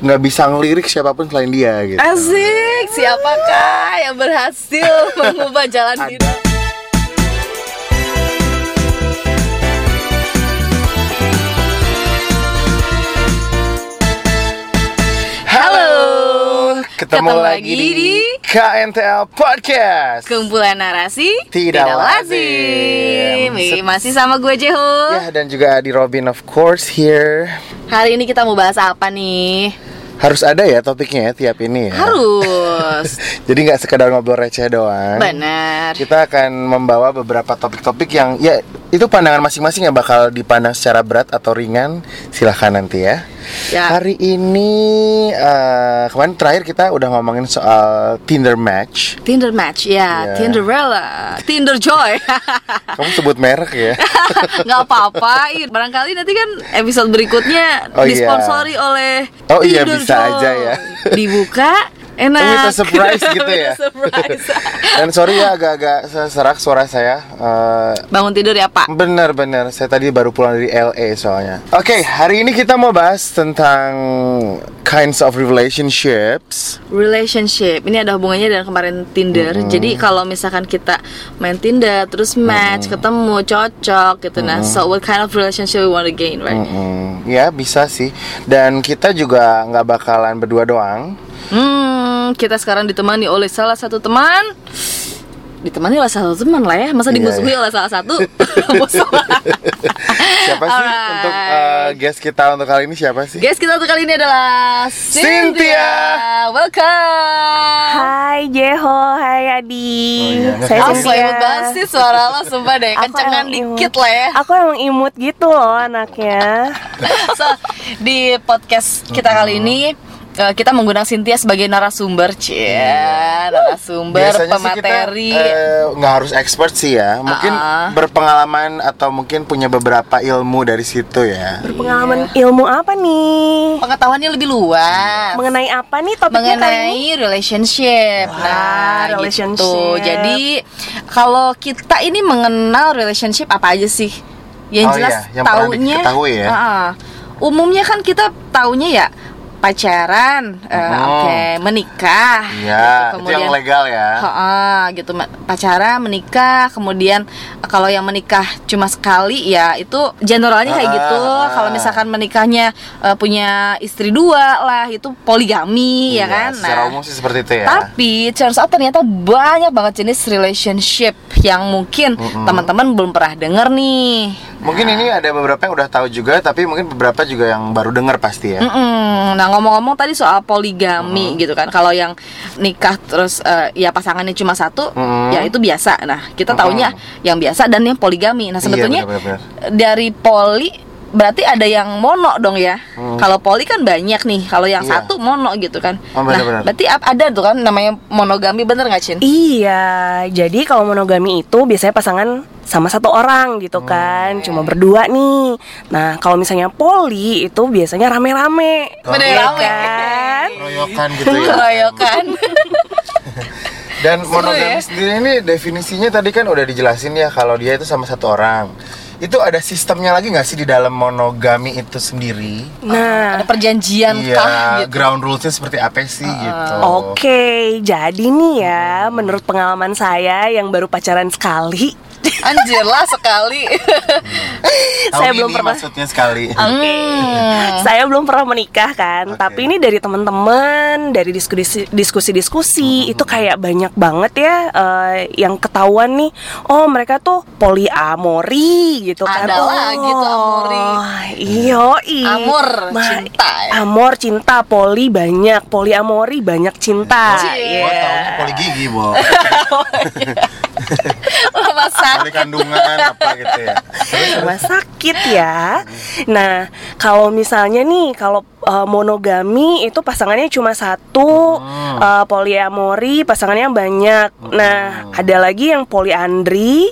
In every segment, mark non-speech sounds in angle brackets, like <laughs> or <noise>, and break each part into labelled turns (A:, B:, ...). A: nggak bisa ngelirik siapapun selain dia gitu.
B: Eh, Asik, siapakah yang
A: <laughs>
B: berhasil mengubah jalan
A: Ada.
B: hidup? Halo,
A: Ketemu, lagi di, KNTL Podcast.
B: kumpulan narasi
A: Tidak lazim.
B: Ih, Masih sama gue Jeho.
A: ya dan juga di Robin of course here.
B: Hari ini kita mau bahas apa nih?
A: Harus ada ya topiknya ya tiap ini ya.
B: Harus.
A: <laughs> Jadi nggak sekedar ngobrol receh doang.
B: Benar.
A: Kita akan membawa beberapa topik-topik yang ya itu pandangan masing-masing yang bakal dipandang secara berat atau ringan. Silahkan nanti ya.
B: Ya.
A: Hari ini eh, kemarin terakhir kita udah ngomongin soal Tinder match.
B: Tinder match
A: Ya.
B: ya, Tinderella, Tinder joy. <laughs>
A: Kamu sebut merek ya?
B: nggak apa-apa Ir. barangkali nanti kan episode berikutnya
A: Oh, iya.
B: disponsori oleh
A: Oh, iya,
B: Tinder
A: bisa
B: Joy.
A: aja ya.
B: dibuka enak
A: With a
B: <laughs>
A: surprise gitu ya?
B: With a surprise.
A: <laughs> Dan sorry ya agak-agak serak suara saya. Eh,
B: bangun tidur ya pak
A: Bener-bener, saya tadi baru pulang dari LA soalnya Oke, hari ini kita mau bahas tentang kinds of relationships
B: relationship ini ada hubungannya dengan kemarin Tinder jadi kalau misalkan kita main Tinder terus match ketemu cocok gitu nah so what kind of relationship we want to gain right
A: Hmm, Ya, bisa sih Dan kita juga nggak bakalan berdua doang
B: Hmm, kita sekarang ditemani oleh salah satu teman. Ditemani oleh salah satu teman lah ya. Masa
A: Iya,
B: digosipin
A: iya.
B: oleh salah
A: <laughs>
B: satu? <laughs> Bosan.
A: Siapa sih
B: Alright.
A: untuk eh, guest kita untuk kali ini siapa sih?
B: Guys, kita untuk kali ini adalah Cynthia.
A: Cynthia.
B: Welcome.
C: Hai Jeho, hai Adi.
A: Oh, iya.
C: Saya
A: Aku
B: Aku
C: Cynthia.
B: imut banget sih suara lo sumpah deh,
C: Aku
B: kencengan
C: emang imut.
B: dikit lah ya
C: Aku emang imut gitu loh anaknya.
A: Iya.
B: <laughs> So, di podcast kita kali ini eh, kita menggunakan Cynthia sebagai narasumber, cie, narasumber, pemateri.
A: Iya. sih kita eh, nggak harus expert sih ya Mungkin
B: Ah.
A: berpengalaman atau mungkin punya beberapa ilmu dari situ ya
C: Pengalaman ilmu apa nih?
B: Pengetahuannya lebih luas.
C: Mengenai apa nih topiknya kali ini?
B: mengenai relationship.
C: Wah,
B: nah,
C: relationship.
B: gitu. Jadi kalau kita ini mengenal relationship apa aja sih? Yang
A: Oh,
B: jelas
A: iya, yang pernah
B: taunya
A: diketahui ya.
B: Ah, umumnya kan kita taunya ya pacaran, eh,
A: Mhm.
B: oke, menikah.
A: Iya, itu
B: gitu.
A: yang legal ya
B: Ha-ha, gitu ma- pacaran menikah kemudian eh, kalau yang menikah cuma sekali ya itu generalnya kayak
A: Ah,
B: gitu
A: ah.
B: kalau misalkan menikahnya eh, punya istri dua lah itu poligami ya
A: Iya,
B: kan
A: Secara umum sih seperti itu ya
B: tapi turns out ternyata banyak banget jenis relationship yang mungkin teman-teman belum pernah denger nih Nah,
A: Mungkin ini ada beberapa yang udah tahu juga, tapi mungkin beberapa juga yang baru dengar pasti ya.
B: Mm-mm. Nah ngomong-ngomong tadi soal poligami gitu kan, kalau yang nikah terus eh, ya pasangannya cuma satu,
A: Mm-mm.
B: ya itu biasa. Nah kita taunya yang biasa dan yang poligami. Nah
A: Iya,
B: sebetulnya
A: benar-benar.
B: dari poli berarti ada yang mono dong ya.
A: Mm.
B: Kalau poli kan banyak nih, kalau yang
A: Iya.
B: satu mono gitu kan.
A: Oh,
B: nah
A: benar-benar.
B: berarti ap- ada tuh kan namanya monogami bener nggak Cin?
C: Iya, jadi kalau monogami itu biasanya pasangan sama satu
A: Oh,
C: orang gitu kan,
A: iya.
C: cuma berdua nih. Nah, kalau misalnya poli itu biasanya rame-rame.
B: Bener,
C: Iya
B: rame.
C: kan?
A: Keroyokan gitu ya. <laughs>
B: Keroyokan.
A: Dan
B: Seru
A: monogami
B: ya.
A: sendiri ini definisinya tadi kan udah dijelasin ya kalau dia itu sama satu orang. Itu ada sistemnya lagi nggak sih di dalam monogami itu sendiri?
C: Nah,
B: ada perjanjian kah
A: Iya,
B: gitu.
A: ground rulesnya seperti apa sih gitu?
C: Oke, jadi nih ya, menurut pengalaman saya yang baru pacaran sekali,
B: Anjir lah sekali.
A: Tahun
C: saya
A: ini
C: belum pernah.
A: maksudnya sekali. <laughs>
B: Hmm.
C: <laughs> saya belum pernah menikah kan,
A: Oke.
C: tapi ini dari teman-teman, dari diskusi-
B: Hmm,
C: diskusi-diskusi itu kayak banyak banget ya eh, yang ketahuan nih. Oh, mereka tuh poliamori gitu kan.
B: Ada
C: oh,
B: lagi tuh amori.
C: Iyo,
B: Amor, cinta ya.
C: Amor cinta poli banyak, poliamori banyak cinta.
B: Cie.
A: Gua
C: Iya.
A: taunya poligigi, Bo.
B: Rumah sakit.
A: Poli kandungan apa gitu ya.
C: rumah sakit ya. Nah, kalau misalnya nih kalau eh, monogami itu pasangannya cuma satu, eh, poliamori pasangannya banyak. Nah, ada lagi yang poliandri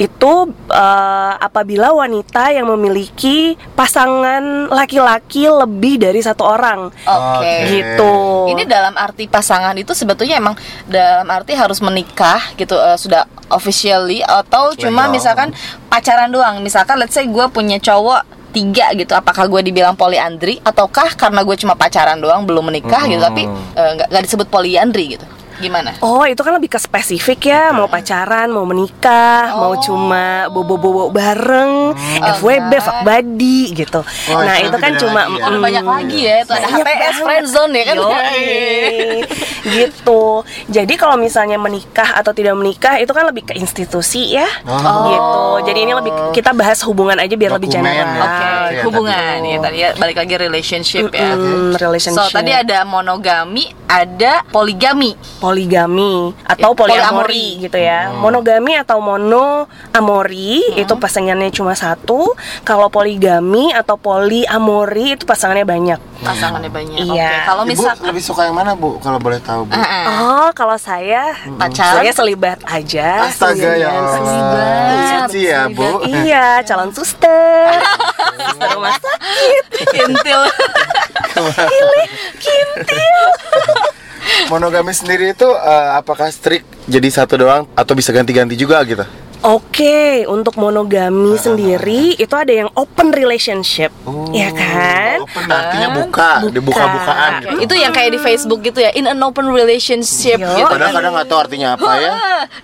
C: itu eh, apabila wanita yang memiliki pasangan laki-laki lebih dari satu orang
B: Oke.
A: Oke.
C: gitu.
B: Ini dalam arti pasangan itu sebetulnya emang dalam arti harus menikah gitu eh, sudah officially atau cuma
A: Legal.
B: misalkan pacaran doang. Misalkan let's say gue punya cowok tiga gitu apakah gue dibilang poliandri ataukah karena gue cuma pacaran doang belum menikah gitu tapi eh, nggak nggak disebut poliandri gitu gimana
C: Oh itu kan lebih ke spesifik ya Mau pacaran, mau menikah,
A: Oh.
C: mau cuma bobo-bobo bareng FWB, fuck buddy gitu
A: Oh,
C: Nah
A: itu
C: itu kan
A: beda
C: cuma
A: lagi ya.
B: ada
A: Hmm.
B: banyak lagi ya itu ada
C: Banyak
B: HTS
C: banget.
B: friendzone ya kan <laughs>
A: <laughs>
C: Yoi. gitu jadi kalau misalnya menikah atau tidak menikah itu kan lebih ke institusi ya
A: Oh.
C: gitu jadi ini lebih ke- kita bahas hubungan aja biar lebih
A: Dokumen
C: general
A: ya.
B: Oke,
A: Iya,
B: hubungan
A: tadi.
B: ya tadi ya balik lagi relationship ya.
C: Mm, relationship
B: So tadi ada monogami, ada poligami.
C: poligami atau
B: Iya,
C: poliamori
B: poliamori.
C: gitu ya
A: Hmm.
C: monogami atau monoamori itu pasangannya cuma satu kalau poligami atau poliamori itu pasangannya banyak
B: Pasangannya banyak.
C: Iya.
B: Oke, kalau
A: Ibu
B: misalkan
A: Eh, lebih suka yang mana bu? Kalau boleh tahu bu?
B: <laughs> Ah, ah.
C: oh kalau saya
B: Pacaran?
C: saya selibat
B: ah,
C: aja
A: Hmm. Astaga ya
C: sendirian.
A: Allah. Suci ya bu. <laughs>
C: Iya, calon suster. suster rumah sakit.
B: Kintil.
A: <laughs> Monogami sendiri itu eh, apakah strict jadi satu doang atau bisa ganti-ganti juga gitu?
C: Oke, untuk
A: Eh,
C: monogami sendiri itu ada yang open relationship.
A: Oh,
C: Iya kan?
A: Open artinya buka, dibuka-bukaan gitu.
B: <laughs> itu yang kayak di Facebook gitu ya, in an open relationship
C: Yo.
B: gitu.
A: Padahal kadang nggak tahu artinya apa
B: <laughs>
A: ya.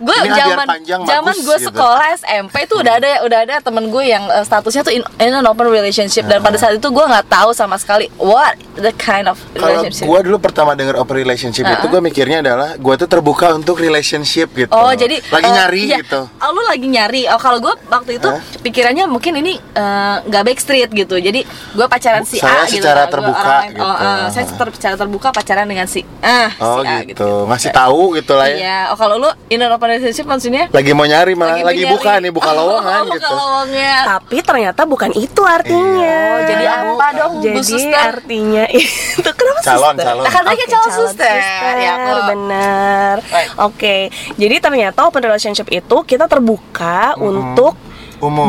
B: gue
A: Ini hadiah
B: zaman
A: panjang
B: zaman
A: bagus,
B: gue
A: gitu.
B: sekolah SMP tuh udah ada ya, udah ada temen gue yang eh, statusnya tuh in, in an open relationship
A: Ah.
B: dan pada saat itu gue nggak tahu sama sekali what the kind of
A: Kalau
B: relationship. Ah.
A: gue dulu pertama denger open relationship itu gue mikirnya adalah gue tuh terbuka untuk relationship gitu.
B: Oh jadi
A: lagi
B: eh,
A: nyari
B: iya.
A: gitu.
B: Oh lu lagi nyari. Oh kalau gue waktu itu pikirannya mungkin ini eh, nggak backstreet gitu. Jadi gue pacaran si
A: Saya
B: A gitu.
A: secara
B: Gua
A: terbuka
B: orang lain,
A: gitu.
B: Oh, eh, saya ter- secara terbuka pacaran dengan si ah
A: Oh
B: si A
A: gitu. ngasih tahu gitu lah ya.
B: Iya. Oh kalau lu in an open relationship maksudnya
A: Lagi mau nyari malah lagi,
B: mencari-
A: buka nih buka
B: <laughs> Oh,
A: lowongan
B: buka
A: gitu.
B: lowongnya.
C: Tapi ternyata bukan itu artinya.
B: Oh, jadi apa dong, Bu
C: Jadi
B: Suster?
C: artinya <laughs> itu kenapa
A: Calon
C: suster?
A: calon.
B: Nah, kan tadi
C: Oke,
B: kan calon suster. Ya, kok.
C: benar.
B: Baik.
C: Oke, jadi ternyata open relationship itu kita terbuka untuk
A: Umum.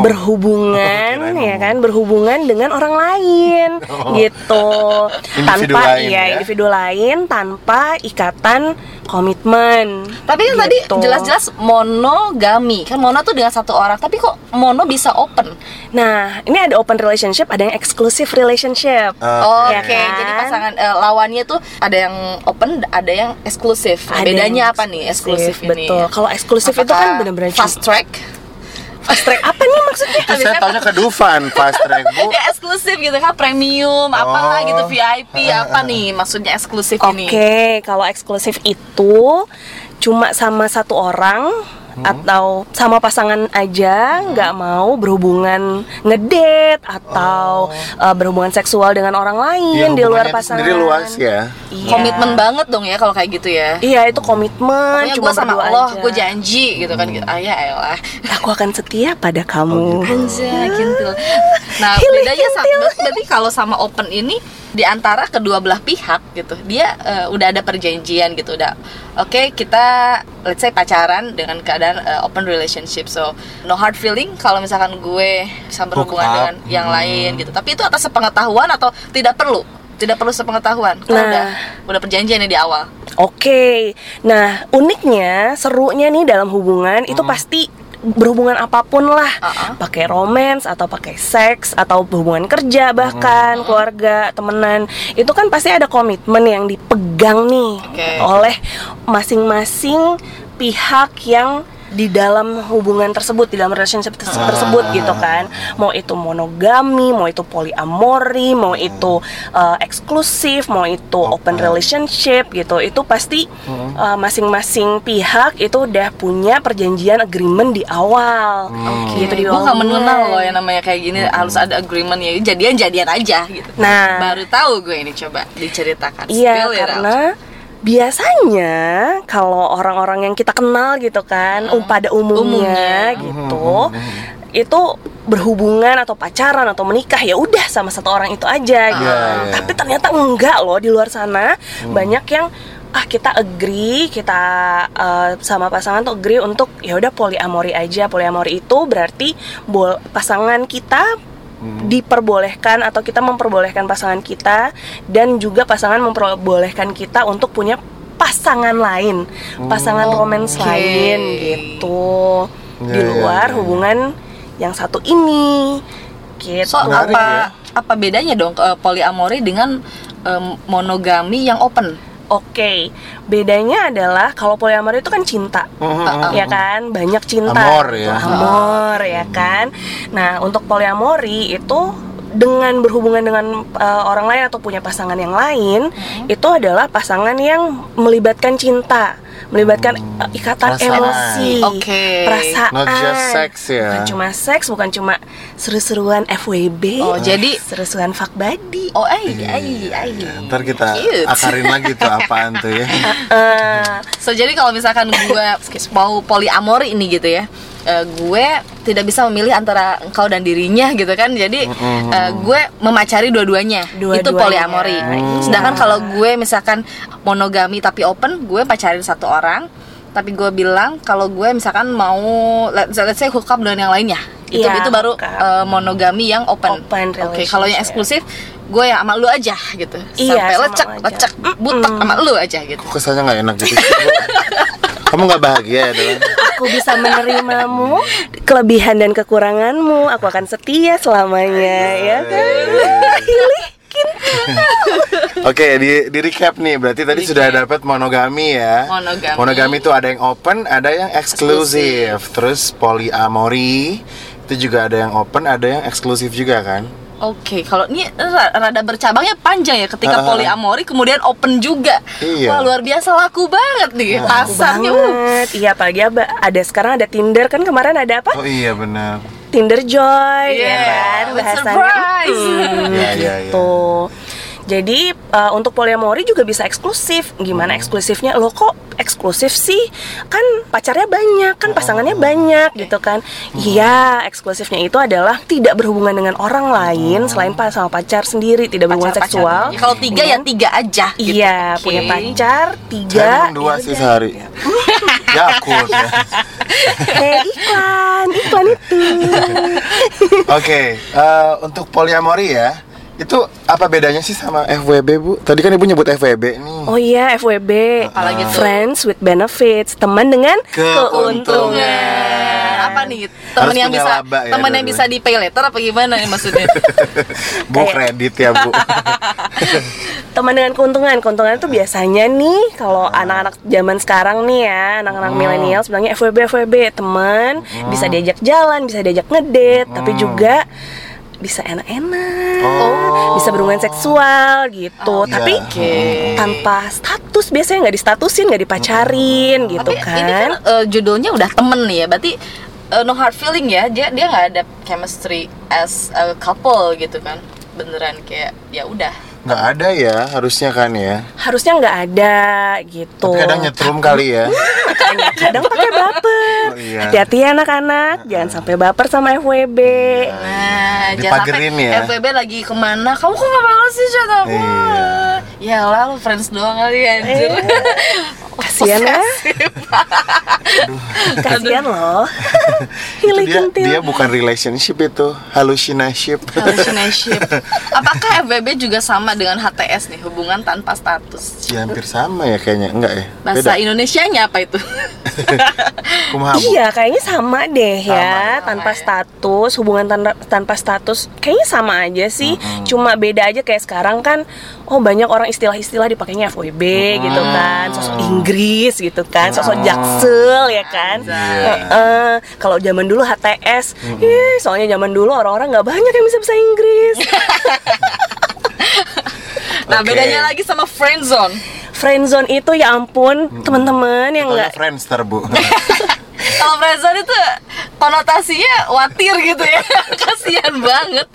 A: <laughs>
C: berhubungan
A: Kirain
C: ya
A: umum. Oh.
C: kan berhubungan dengan orang
A: <laughs>
C: lain gitu
A: Individu
C: tanpa
A: lain,
C: iya
A: ya.
C: individu lain tanpa ikatan komitmen
B: Tapi kan tadi
C: Gitu.
B: jelas-jelas monogami kan mono tuh dengan satu orang. Tapi kok mono bisa open?
C: nah ini ada open relationship ada yang eksklusif relationship
A: Oke.
B: Oke,
C: Ya kan?
B: jadi pasangan eh, lawannya tuh ada yang open, ada yang eksklusif. Nah,
C: Ada
B: Bedanya
C: yang
B: apa nih eksklusif ini? ya.
C: betul kalau eksklusif itu kan
B: Apakah
C: benar-benar
B: fast
C: cuma-
B: track.
C: fast track <laughs> apa nih maksudnya
A: Itu saya taunya ke Dufan pas track bu.
B: Ya eksklusif gitu kan premium, apalah
A: Oh.
B: gitu <laughs> VIP apa nih maksudnya eksklusif
C: Oke,
B: ini?
C: kalau eksklusif itu cuma sama satu orang
B: Hmm.
C: atau sama pasangan aja, nggak mau berhubungan ngedate atau
B: Oh.
C: uh, berhubungan seksual dengan orang
A: Iya,
C: lain di
A: hubungannya
C: luar
A: itu
C: pasangan.
A: Sendiri luas ya.
C: Iya.
B: Komitmen banget dong ya kalau kayak gitu ya.
C: Iya, itu komitmen.
B: Pokoknya
C: cuma
B: gue sama
C: berdua
B: Allah,
C: aja.
B: gue janji gitu kan gitu. Ah ya elah.
C: Aku akan setia pada
B: Oh,
C: kamu.
B: gitu. Anjay, kintil. Nah, bedanya sama berarti kalau sama open ini di antara kedua belah pihak gitu. Dia eh, udah ada perjanjian gitu, udah oke kita let's say pacaran dengan keadaan eh, open relationship. So, no hard feeling kalau misalkan gue bisa berhubungan
A: up.
B: dengan yang lain gitu. Tapi itu atas sepengetahuan atau tidak perlu? Tidak perlu sepengetahuan. Kalau
C: Nah.
B: udah udah perjanjian ya di awal.
C: Oke, nah uniknya, serunya nih dalam hubungan itu pasti berhubungan apapun lah,
B: Hmm. Uh-uh.
C: pakai romance atau pakai seks atau hubungan kerja
B: Hmm.
C: bahkan keluarga temenan itu kan pasti ada komitmen yang dipegang nih
B: Oke.
C: oleh masing-masing pihak yang di dalam hubungan tersebut di dalam relationship terse-
B: Ah.
C: tersebut gitu kan mau itu monogami mau itu polyamory mau itu uh, eksklusif mau itu open relationship gitu itu pasti uh, masing-masing pihak itu udah punya perjanjian agreement di awal gitu
B: gue
C: di awal
B: gak
C: hubungan.
B: mengenal loh yang namanya kayak gini harus ada agreement ya jadian jadian aja gitu
C: Nah.
B: baru tahu gue ini coba diceritakan
C: Iya
B: kan? Spill it out.
C: karena biasanya kalau orang-orang yang kita kenal gitu kan um, pada umumnya,
B: Hmm. Umumnya.
C: gitu
A: Hmm,
C: itu berhubungan atau pacaran atau menikah ya udah sama satu orang itu
B: Ah.
C: aja gitu.
A: iya. Hmm.
C: Tapi ternyata enggak loh di luar sana banyak yang ah kita agree kita eh, sama pasangan tuh agree untuk ya udah poliamori aja poliamori itu berarti bol- pasangan kita diperbolehkan atau kita memperbolehkan pasangan kita dan juga pasangan memperbolehkan kita untuk punya pasangan lain,
A: Oh,
C: pasangan romans
B: Oke.
C: lain gitu.
A: Ya,
C: Di
A: ya,
C: luar
A: ya.
C: hubungan yang satu ini
B: So
C: gitu.
A: Menarik
B: apa
A: ya.
B: apa bedanya dong eh, polyamory dengan eh, monogami yang open?
C: Oke, bedanya adalah kalau polyamory itu kan cinta,
A: Mhm.
C: ya kan banyak cinta,
A: Amor ya.
C: amor ya kan. Nah untuk polyamory itu dengan berhubungan dengan uh, orang lain atau punya pasangan yang lain,
B: Hmm.
C: itu adalah pasangan yang melibatkan cinta, melibatkan uh,
A: Hmm.
C: ikatan
A: Perasaan.
C: emosi,
B: Oke.
C: perasaan,
A: Not just sex ya.
C: bukan cuma seks, bukan cuma seru-seruan FWB,
B: Oh, jadi-
C: seru-seruan fuck buddy.
B: Oh, ai, ai, ai.
A: Iya, Ntar kita
B: Cute.
A: akarin lagi tuh apaan tuh ya.
C: Uh,
B: So jadi kalau misalkan gue mau polyamory ini gitu ya, eh, gue tidak bisa memilih antara engkau dan dirinya gitu kan. Jadi eh, gue memacari dua-duanya. itu
C: Dua-duanya.
B: polyamory.
C: Hmm.
B: Sedangkan kalau gue misalkan monogami tapi open, gue pacarin satu orang. Tapi gue bilang kalau gue misalkan mau let's, let's say hook up dengan yang lainnya, itu
C: Iya,
B: itu baru
C: hook up.
B: eh, monogami yang open.
C: Open
B: Oke, kalau yang
C: relationship.
B: eksklusif gue ya sama lu aja gitu.
C: Iya,
B: Sampai
C: sama
B: lecek,
C: lu aja.
B: lecek, butek sama lu aja gitu.
A: Kok kesannya nggak enak gitu sih? Kamu nggak bahagia ya Dolan?
C: Aku bisa menerimamu, kelebihan dan kekuranganmu. Aku akan setia selamanya, ya kan?
A: Oke, di, di recap nih. Berarti tadi sudah dapat monogami ya.
B: Monogami.
A: Monogami itu ada yang open, ada yang eksklusif. Terus polyamory itu juga ada yang open, ada yang eksklusif juga kan?
B: Oke, kalau ini ra- rada bercabangnya panjang ya
A: Ah.
B: ketika polyamory kemudian open juga.
A: Iya. Nah,
B: Wah, luar biasa laku banget nih pasarnya. Uh,
C: Banget. Iya, apalagi apa- ada sekarang ada Tinder kan kemarin ada apa?
A: Oh iya benar.
C: Tinder Joy,
B: Yeah,
C: ya kan?
B: with
C: Bahasanya.
B: surprise. <laughs>
C: Mm,
A: Iya, iya, iya.
C: gitu. Jadi uh, untuk polyamory juga bisa eksklusif. Gimana
B: Hmm.
C: eksklusifnya? Lo kok eksklusif sih? Kan pacarnya banyak, kan pasangannya
B: Oh.
C: banyak gitu kan.
B: Hmm.
C: Iya, eksklusifnya itu adalah tidak berhubungan dengan orang
B: Hmm.
C: lain selain pas sama pacar sendiri, tidak berhubungan
B: pacar-pacaran.
C: seksual. Mm-hmm.
B: Kalau tiga ya
C: Dengan-
B: tiga aja. gitu.
C: Iya,
B: Oke.
C: punya pacar tiga.
A: Saya minum dua
C: ya
A: sih
C: udah.
A: sehari.
C: <laughs>
A: Yakult <laughs> ya.
C: Eh, iklan, iklan itu.
B: <laughs>
A: Oke, eh, untuk polyamory ya, itu apa bedanya sih sama FWB bu? Tadi kan ibu nyebut FWB nih.
C: Oh iya, FWB.
B: Apalagi tuh?
C: Friends with benefits, teman dengan
A: Keuntungan.
C: Iya.
B: Keuntungan. Nah, Apa nih?
A: Harus
B: Temen
A: punya
B: yang bisa
A: laba ya,
B: temen yang
A: dua-dua.
B: bisa di pay later apa gimana nih
C: <laughs>
B: maksudnya?
A: bu kredit ya bu.
C: teman dengan keuntungan keuntungan itu biasanya nih kalau anak-anak zaman sekarang nih ya anak-anak milenial bilangnya FWB FWB teman bisa diajak jalan bisa diajak ngedate tapi juga bisa enak-enak bisa berhubungan seksual gitu
A: Oh. Iya.
C: tapi
B: Oke.
C: tanpa status biasanya nggak distatusin nggak dipacarin gitu
B: Tapi ini kan
C: kan
B: eh, judulnya udah temen nih ya, berarti eh, no hard feeling ya. Dia dia nggak ada chemistry as a couple gitu kan. Beneran kayak ya udah.
A: Nggak ada ya, harusnya kan ya.
C: harusnya nggak ada gitu
A: Tapi kadang nyetrum kali ya.
C: Makanya kadang pakai baper
A: Oh, iya.
C: hati-hati ya anak-anak jangan sampai baper sama FWB
A: Iya.
B: Nah,
A: Dipagerin
B: sampai
A: ya.
B: FWB lagi kemana? Kamu kok nggak balas sih chat aku?
A: Iya.
B: Ya lalu friends doang kali <laughs> anjir.
C: kasihan ya
A: <laughs>
C: kasihan loh
A: Itu
C: <laughs> Hilih
A: dia,
C: kentil
A: dia bukan relationship itu, halusinaship.
B: Relationship. Apakah FWB juga sama dengan HTS nih, hubungan tanpa status?
A: ya hampir sama ya kayaknya, enggak ya?
B: Bahasa Indonesianya apa
A: <laughs>
B: itu?
A: Kumaha, Bu?
C: Iya, kayaknya sama deh ya,
B: Sama,
C: tanpa
B: ya.
C: status, hubungan tan- tanpa status, kayaknya sama aja sih. Cuma beda aja kayak sekarang kan, oh banyak orang istilah-istilah dipakainya FWB gitu kan, sosok Inggris gitu kan, sosok jaksel ya kan. Heeh. Kalau zaman dulu HTS, ih, soalnya zaman dulu orang-orang nggak banyak yang bisa bahasa Inggris.
B: Nah,
A: Oke.
B: bedanya lagi sama friendzone.
C: Friendzone itu ya ampun,
A: Hmm.
C: teman-teman yang
A: Soalnya
C: nggak
A: Friendster bu. <laughs>
B: Kalau friendzone itu konotasinya watir gitu ya. <laughs> Kasihan banget.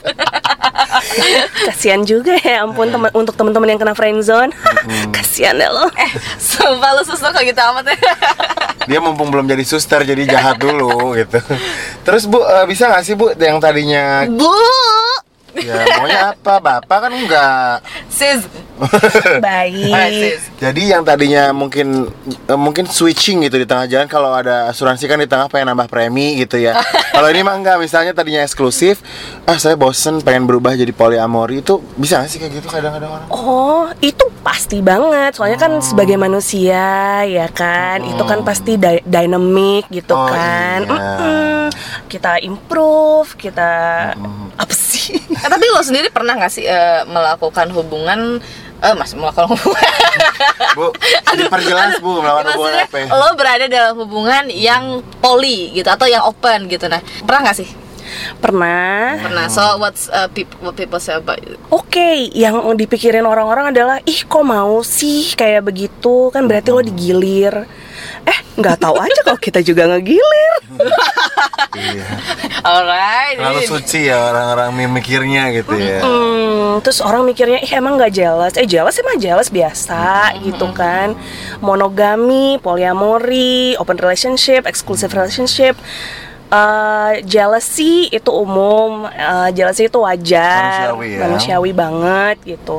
C: kasihan juga ya ampun
A: Iya.
C: teman untuk teman-teman yang kena friendzone. <laughs>
A: Hmm.
C: kasihan deh lo.
B: Eh, sumpah lu susah kok gitu amat ya. <laughs>
A: dia mumpung belum jadi suster jadi jahat dulu
C: <laughs>
A: gitu. Terus bu eh, bisa nggak sih bu yang tadinya <laughs>
B: Bu,
A: ya maunya apa bapak kan enggak.
B: sis. Alright,
C: Baik.
B: sis.
A: Jadi yang tadinya mungkin eh, mungkin switching gitu di tengah jalan kalau ada asuransi kan di tengah pengen nambah premi gitu
B: <laughs>
A: ya. kalau ini mah enggak misalnya tadinya eksklusif, ah saya bosen pengen berubah jadi polyamory itu bisa nggak sih kayak gitu kadang-kadang orang?
C: Oh, itu pasti banget. Soalnya kan
A: Oh.
C: sebagai manusia, ya kan, itu kan pasti dy- dynamic gitu
A: Oh,
C: kan.
A: iya.
C: Mm-mm. Kita improve, kita apa sih? <laughs>
B: <laughs> Eh, tapi lo sendiri pernah nggak sih eh, melakukan hubungan eh mas
A: <laughs>
B: melakukan hubungan <laughs>
A: Bu, diperjelas Bu melawan hubungan
B: Iya, maksudnya
A: apa? ya?
B: lo berada dalam hubungan yang poli gitu atau yang open gitu nah pernah nggak sih
C: Pernah.
A: Iya.
B: pernah
A: Hmm.
B: so what's uh, peop- what people say about you? <laughs>
C: Oke, yang dipikirin orang-orang adalah ih kok mau sih kayak begitu kan berarti lo digilir. Eh, nggak tahu aja kalau kita juga ngegilir.
A: Iya.
B: alright
A: Terlalu
B: ini-
A: suci ya orang-orang mikirnya gitu ya.
C: Hmm, terus orang mikirnya ih emang nggak jealous. Eh jealous emang jealous biasa gitu kan. Monogami, polyamory, open relationship, exclusive relationship. Eh jealousy itu umum, Eh, jealousy itu
A: Manusiawi ya.
C: wajar,
A: Hmm.
C: manusiawi banget gitu.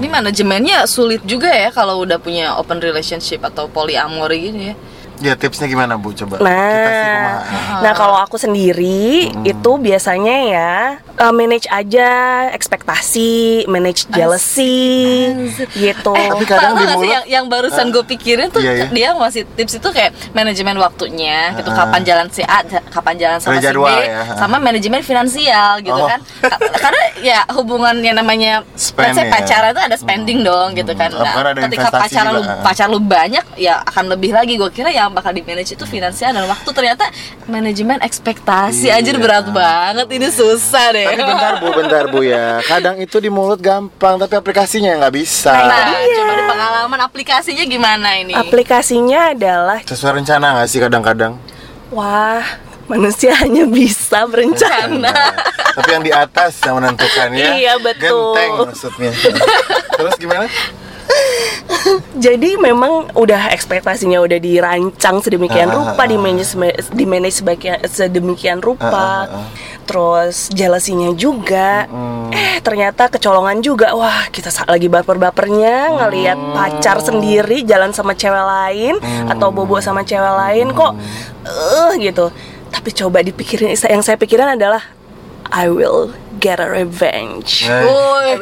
B: ini manajemennya sulit juga ya kalau udah punya open relationship atau polyamory gini ya
A: Ya tipsnya gimana Bu coba? Kita sih Hmm.
C: Nah,
A: pemahaman.
C: nah kalau aku sendiri itu biasanya ya eh, manage aja ekspektasi, manage jealousy gitu.
A: Tapi kadang
B: Pak,
A: di
B: tau gak sih
A: mulut- eh,
B: yang, yang barusan gue pikirin tuh
A: Iya, iya.
B: dia masih tips itu kayak manajemen waktunya gitu
A: Ah.
B: kapan jalan si A ja- kapan jalan sama
A: Ada
B: si B
A: jadwal ya.
B: sama manajemen finansial gitu
A: Oh.
B: kan Ka- karena ya hubungan yang namanya
A: Spend
B: let's say
A: ya.
B: pacaran tuh ada spending dong gitu kan
A: Apa kan ada
B: ketika
A: investasi
B: pacar lu
A: juga. eh.
B: pacar lu banyak ya akan lebih lagi gue kira yang bakal di manage itu finansial dan waktu ternyata manajemen ekspektasi
A: Iya.
B: anjir berat banget ini susah deh
A: Tapi bentar Bu, bentar Bu ya. Kadang itu di mulut gampang, tapi aplikasinya nggak bisa.
B: nah
A: Iya.
B: coba di pengalaman aplikasinya gimana ini
C: Aplikasinya adalah
A: Sesuai rencana nggak sih
B: <laughs>
A: kadang-kadang?
C: wah manusia <laughs> hanya bisa berencana.
A: Tapi yang di atas yang menentukan ya.
C: Iya, betul.
A: Genteng maksudnya. Terus gimana?
C: Jadi memang udah ekspektasinya udah dirancang sedemikian
A: Ah, ah,
C: rupa,
A: ah.
C: di manage di manage sebagian- sedemikian
A: Ah,
C: rupa.
A: ah, ah.
C: Terus jelasinya juga. Eh ternyata kecolongan juga. Wah, kita sa- lagi
A: Mm.
C: baper-bapernya ngelihat pacar sendiri jalan sama cewek lain
A: Mm.
C: atau bobo sama cewek lain kok eh gitu. Tapi coba dipikirin yang saya pikirin adalah I will get a revenge.
A: Eh,
B: Woi,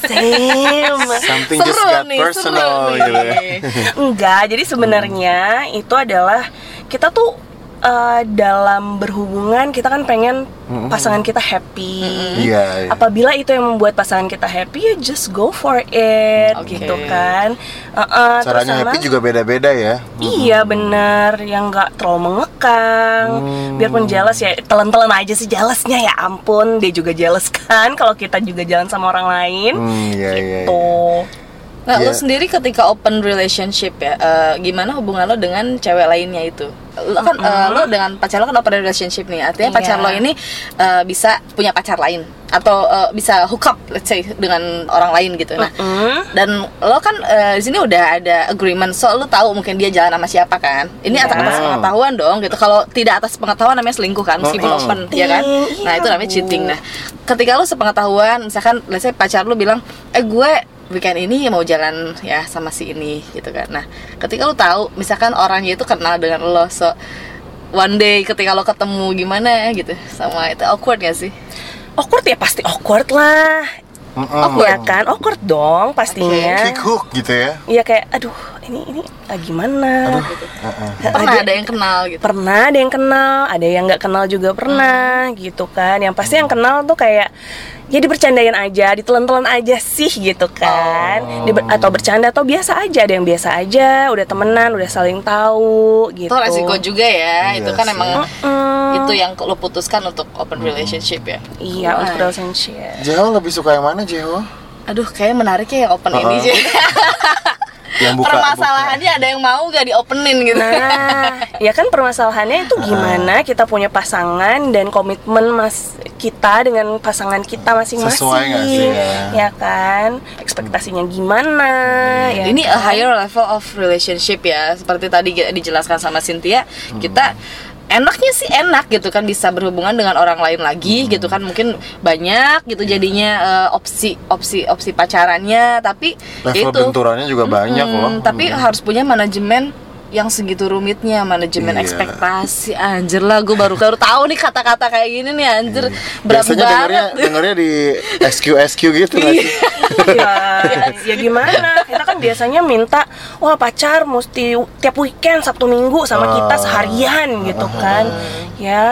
A: <laughs>
C: Same.
A: something
B: Uh, seru
A: just got
B: nih, Iya.
A: personal
B: seru
A: gitu ya.
B: nih.
C: Enggak,
A: Oh.
C: jadi sebenarnya itu adalah kita tuh eh, dalam berhubungan kita kan pengen pasangan kita happy.
A: Iya, iya.
C: Apabila itu yang membuat pasangan kita happy, ya just go for it,
B: Oke.
C: gitu kan. Eh-eh, terus
A: Caranya
C: sama-
A: happy juga beda-beda ya.
C: Iya bener, yang nggak terlalu mengekang
A: Hmm.
C: Biarpun jealous ya, telan-telan aja sih jealousnya ya ampun Dia juga jealous kan, kalau kita juga jalan sama orang lain
A: Hmm, iya, iya, iya.
B: Gitu.
C: Tuh
B: <laughs> Nah,
A: Iya.
B: lo sendiri ketika open relationship ya, eh, gimana hubungan lo dengan cewek lainnya itu? Lo kan eh, lo dengan pacar lo kan open relationship nih, artinya
C: Iya.
B: pacar lo ini eh, bisa punya pacar lain atau eh, bisa hook up, let's say dengan orang lain gitu. Nah,
C: Hmm?
B: dan lo kan eh, di sini udah ada agreement, so lo tahu mungkin dia jalan sama siapa kan? Ini atas atas
A: Iya.
B: pengetahuan dong, gitu. Kalau tidak atas pengetahuan namanya selingkuh kan, meskipun
A: Mm-mm.
B: open, ya kan?
C: Cheating,
B: Nah
C: iya,
B: itu namanya
C: Bu.
B: cheating. Nah, ketika lo sepengetahuan, misalkan, let's say pacar lo bilang, eh gue weekend ini mau jalan ya sama si ini, gitu kan? Nah, ketika lo tahu, misalkan orangnya itu kenal dengan lo, so one day ketika lo ketemu gimana gitu sama itu awkward gak sih?
C: Awkward ya pasti awkward lah
A: Mm-mm.
C: Ya kan, awkward dong pastinya
A: Kick hook gitu ya.
C: Iya kayak, aduh ini ini ah, gimana
A: Heeh.
B: Pernah ada yang kenal gitu?
C: Pernah ada yang kenal, ada yang nggak kenal juga pernah gitu kan Yang pasti yang kenal tuh kayak ya dipercandain aja, ditelan-telan aja sih gitu kan Diber- Atau bercanda atau biasa aja, ada yang biasa aja, udah temenan, udah saling tahu gitu
B: Itu resiko juga ya, itu
A: Iya
B: kan
A: sih.
B: emang
C: Mm,
B: itu yang lo putuskan untuk open
A: Hmm.
B: relationship ya
C: Iya,
B: Wah.
C: untuk relationship
A: Jeho lebih suka yang mana Jeho?
B: aduh kayaknya menariknya yang open ini
A: Uh-uh.
B: sih
A: Yang buka
B: <laughs> permasalahannya ada yang mau gak diopenin gitu
C: Nah, ya kan permasalahannya itu
A: Ah.
C: gimana kita punya pasangan dan komitmen mas kita dengan pasangan kita masing-masing.
A: Sesuai nggak sih, ya? Hmm.
C: Ya kan? Ekspektasinya gimana? ya
B: ini a
C: kan?
B: higher level of relationship ya seperti tadi ge- dijelaskan sama Cynthia
A: Hmm.
B: kita enaknya sih enak gitu kan bisa berhubungan dengan orang lain
A: Hmm.
B: lagi gitu kan mungkin banyak gitu
A: Iya.
B: jadinya eh, opsi opsi opsi pacarannya tapi
A: Level
B: ya itu
A: benturannya juga banyak
B: Mm,
A: loh. Hmm.
B: tapi harus punya manajemen yang segitu rumitnya manajemen
A: Iya.
B: ekspektasi anjir lah gue baru baru tahu nih kata-kata kayak gini nih anjir berat
A: Hmm. Biasanya dengarnya
B: banget Iya.
A: dengarnya di SQSQ gitu nggak sih?
C: ya, ya gimana kita kan biasanya minta wah pacar mesti tiap weekend sabtu minggu sama
A: Ah.
C: kita seharian gitu kan ya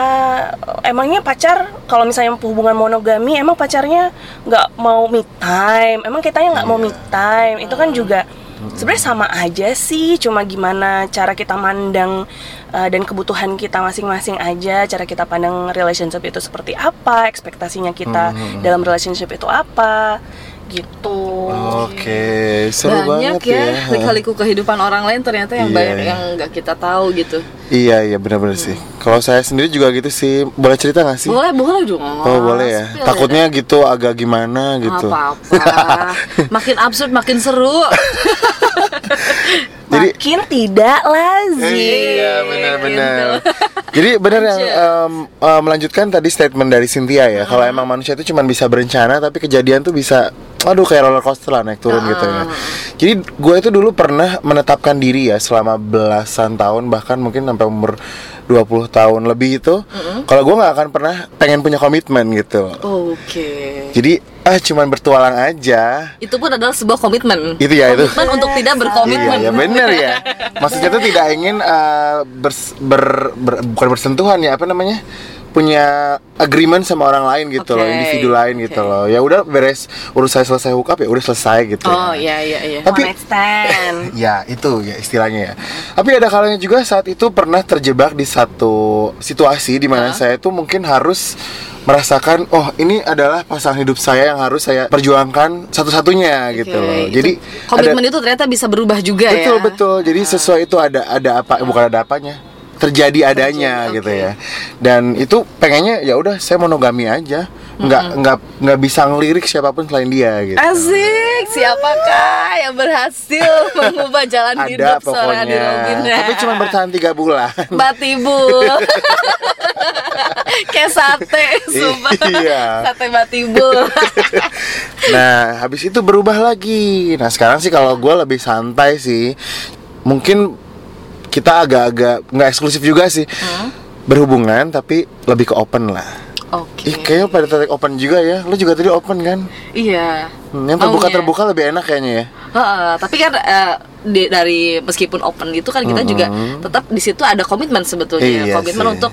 C: emangnya pacar kalau misalnya hubungan monogami emang pacarnya nggak mau me time emang kitanya nggak mau
A: Iya.
C: me time itu
A: Ah.
C: kan juga sebenarnya sama aja sih cuma gimana cara kita mandang uh, dan kebutuhan kita masing-masing aja cara kita pandang relationship itu seperti apa ekspektasinya kita dalam relationship itu apa gitu
A: Oke, seru
B: banyak
A: banget
B: ya,
A: ya.
B: lika-liku kehidupan orang lain ternyata
A: Iya,
B: yang banyak
A: iya.
B: yang nggak kita tahu gitu
A: Iya iya benar-benar sih. Kalau saya sendiri juga gitu sih. Boleh cerita nggak sih?
B: boleh boleh dong
A: Oh boleh ya.
B: Spill
A: Takutnya gitu agak gimana gitu. <laughs>
B: apa-apa makin absurd makin seru
A: Jadi
C: makin tidak lazim
A: Iya benar-benar.
B: gitu.
A: Jadi benar yang em, eh, melanjutkan tadi statement dari Cynthia ya.
B: Ah.
A: Kalau emang manusia itu cuma bisa berencana, tapi kejadian tuh bisa, aduh kayak roller coaster lah naik turun gitu
B: Ah.
A: ya. Jadi gue itu dulu pernah menetapkan diri ya selama belasan tahun bahkan mungkin sampai umur 20 tahun lebih itu, kalau gue nggak akan pernah pengen punya komitmen gitu.
B: oke
A: Jadi ah cuman bertualang aja.
B: itu pun adalah sebuah komitmen
A: Itu ya, itu.
B: komitmen untuk tidak berkomitmen
A: Iya, ya bener ya. Maksudnya tuh tidak ingin eh, bers- ber, ber- bukan bersentuhan ya apa namanya? punya agreement sama orang lain gitu loh,
B: Oke,
A: individu lain
B: oke.
A: gitu loh. Ya udah beres urusan selesai hookup ya udah selesai gitu.
B: oh
A: ya.
B: iya iya iya
A: Tapi
C: One night stand.
A: ya itu ya istilahnya ya. Tapi ada kalanya juga saat itu pernah terjebak di satu situasi di mana saya itu mungkin harus merasakan oh ini adalah pasangan hidup saya yang harus saya perjuangkan satu-satunya gitu
B: Oke,
A: loh.
B: itu-
A: Jadi ada-
B: komitmen itu ternyata bisa berubah juga ya
A: betul betul jadi sesuai itu ada ada apa eh, bukan ada apanya terjadi adanya
B: Terjadi,
A: gitu
B: oke.
A: ya dan itu pengennya ya udah saya monogami aja nggak nggak nggak bisa ngelirik siapapun selain dia gitu
B: Eh, Asik, siapakah yang berhasil <laughs> mengubah jalan
A: ada
B: hidup seorang Adi
A: pokoknya
B: Robina?
A: tapi cuma
B: <laughs>
A: bertahan tiga bulan
B: Batibu <laughs> Kayak
A: <laughs>
B: sate, sumpah
A: Iya.
B: Sate batibu
A: <laughs> nah habis itu berubah lagi nah sekarang sih kalau gue lebih santai sih mungkin kita agak-agak nggak eksklusif juga sih
B: Hmm?
A: berhubungan tapi lebih ke open lah
B: Oke
A: Ih, kayaknya pada tarik open juga ya. Lo juga tadi open kan?
B: Iya
A: Hmm, yang terbuka
B: Maunya.
A: terbuka lebih enak kayaknya ya.
B: Heeh, tapi kan eh, di- dari meskipun open gitu kan kita juga tetap di situ ada komitmen sebetulnya
A: Iya
B: komitmen
A: sih.
B: untuk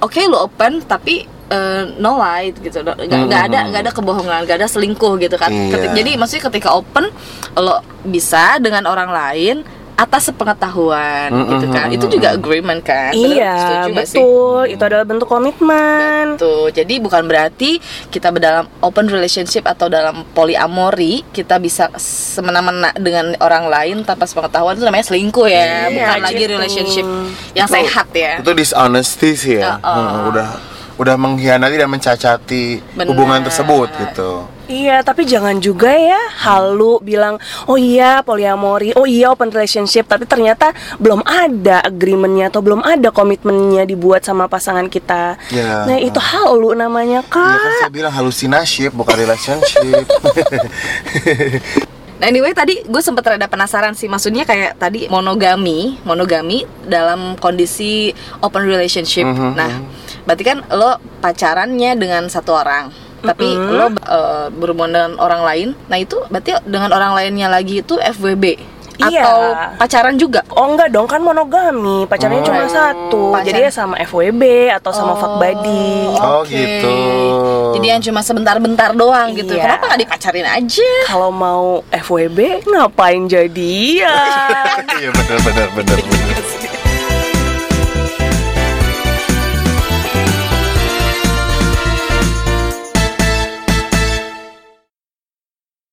B: oke lu open tapi eh, no lie gitu nggak nggak ada nggak ada kebohongan nggak ada selingkuh gitu kan
A: Iya.
B: Ketik- jadi maksudnya ketika open lo bisa dengan orang lain atas sepengetahuan gitu kan itu juga agreement kan Bener?
C: iya
B: Setuju nggak sih? Hmm.
C: betul itu adalah bentuk komitmen
B: Tuh, Gitu. jadi bukan berarti kita dalam open relationship atau dalam polyamory kita bisa semena-mena dengan orang lain tanpa sepengetahuan itu namanya selingkuh ya,
C: Iya,
B: bukan lagi
C: gitu.
B: relationship yang
A: Itu-
B: sehat ya.
A: Itu dishonesty sih ya.
B: Uh-uh.
A: Hmm, udah udah mengkhianati dan mencacati
B: Benar.
A: hubungan tersebut gitu.
C: Iya, tapi jangan juga ya halu bilang, oh iya poliamori, oh iya open relationship, tapi ternyata belum ada agreementnya atau belum ada komitmennya dibuat sama pasangan kita.
A: Ya.
C: Nah itu halu namanya
A: Iya kan
C: kak.
A: saya bilang halusinasi bukan
B: <laughs>
A: relationship.
B: Nah anyway tadi gue sempet rada penasaran sih maksudnya kayak tadi monogami, monogami dalam kondisi open relationship.
A: Mhm.
B: Nah berarti kan lo pacarannya dengan satu orang, tapi
C: Mhm.
B: lo eh, berhubungan dengan orang lain. Nah itu berarti dengan orang lainnya lagi itu FWB
C: Iya.
B: atau pacaran juga?
C: Oh enggak dong kan monogami, pacarnya
A: Hmm.
C: cuma satu,
B: Iya. Pacar-
C: jadi ya sama FWB atau sama fuck buddy.
A: Oh,
B: oke.
A: gitu.
B: Jadi yang cuma sebentar-bentar doang gitu.
C: Iya.
B: Kenapa nggak dipacarin aja?
C: Kalau mau FWB ngapain ya? jadian?
B: <laughs>
A: Iya benar benar benar. benar.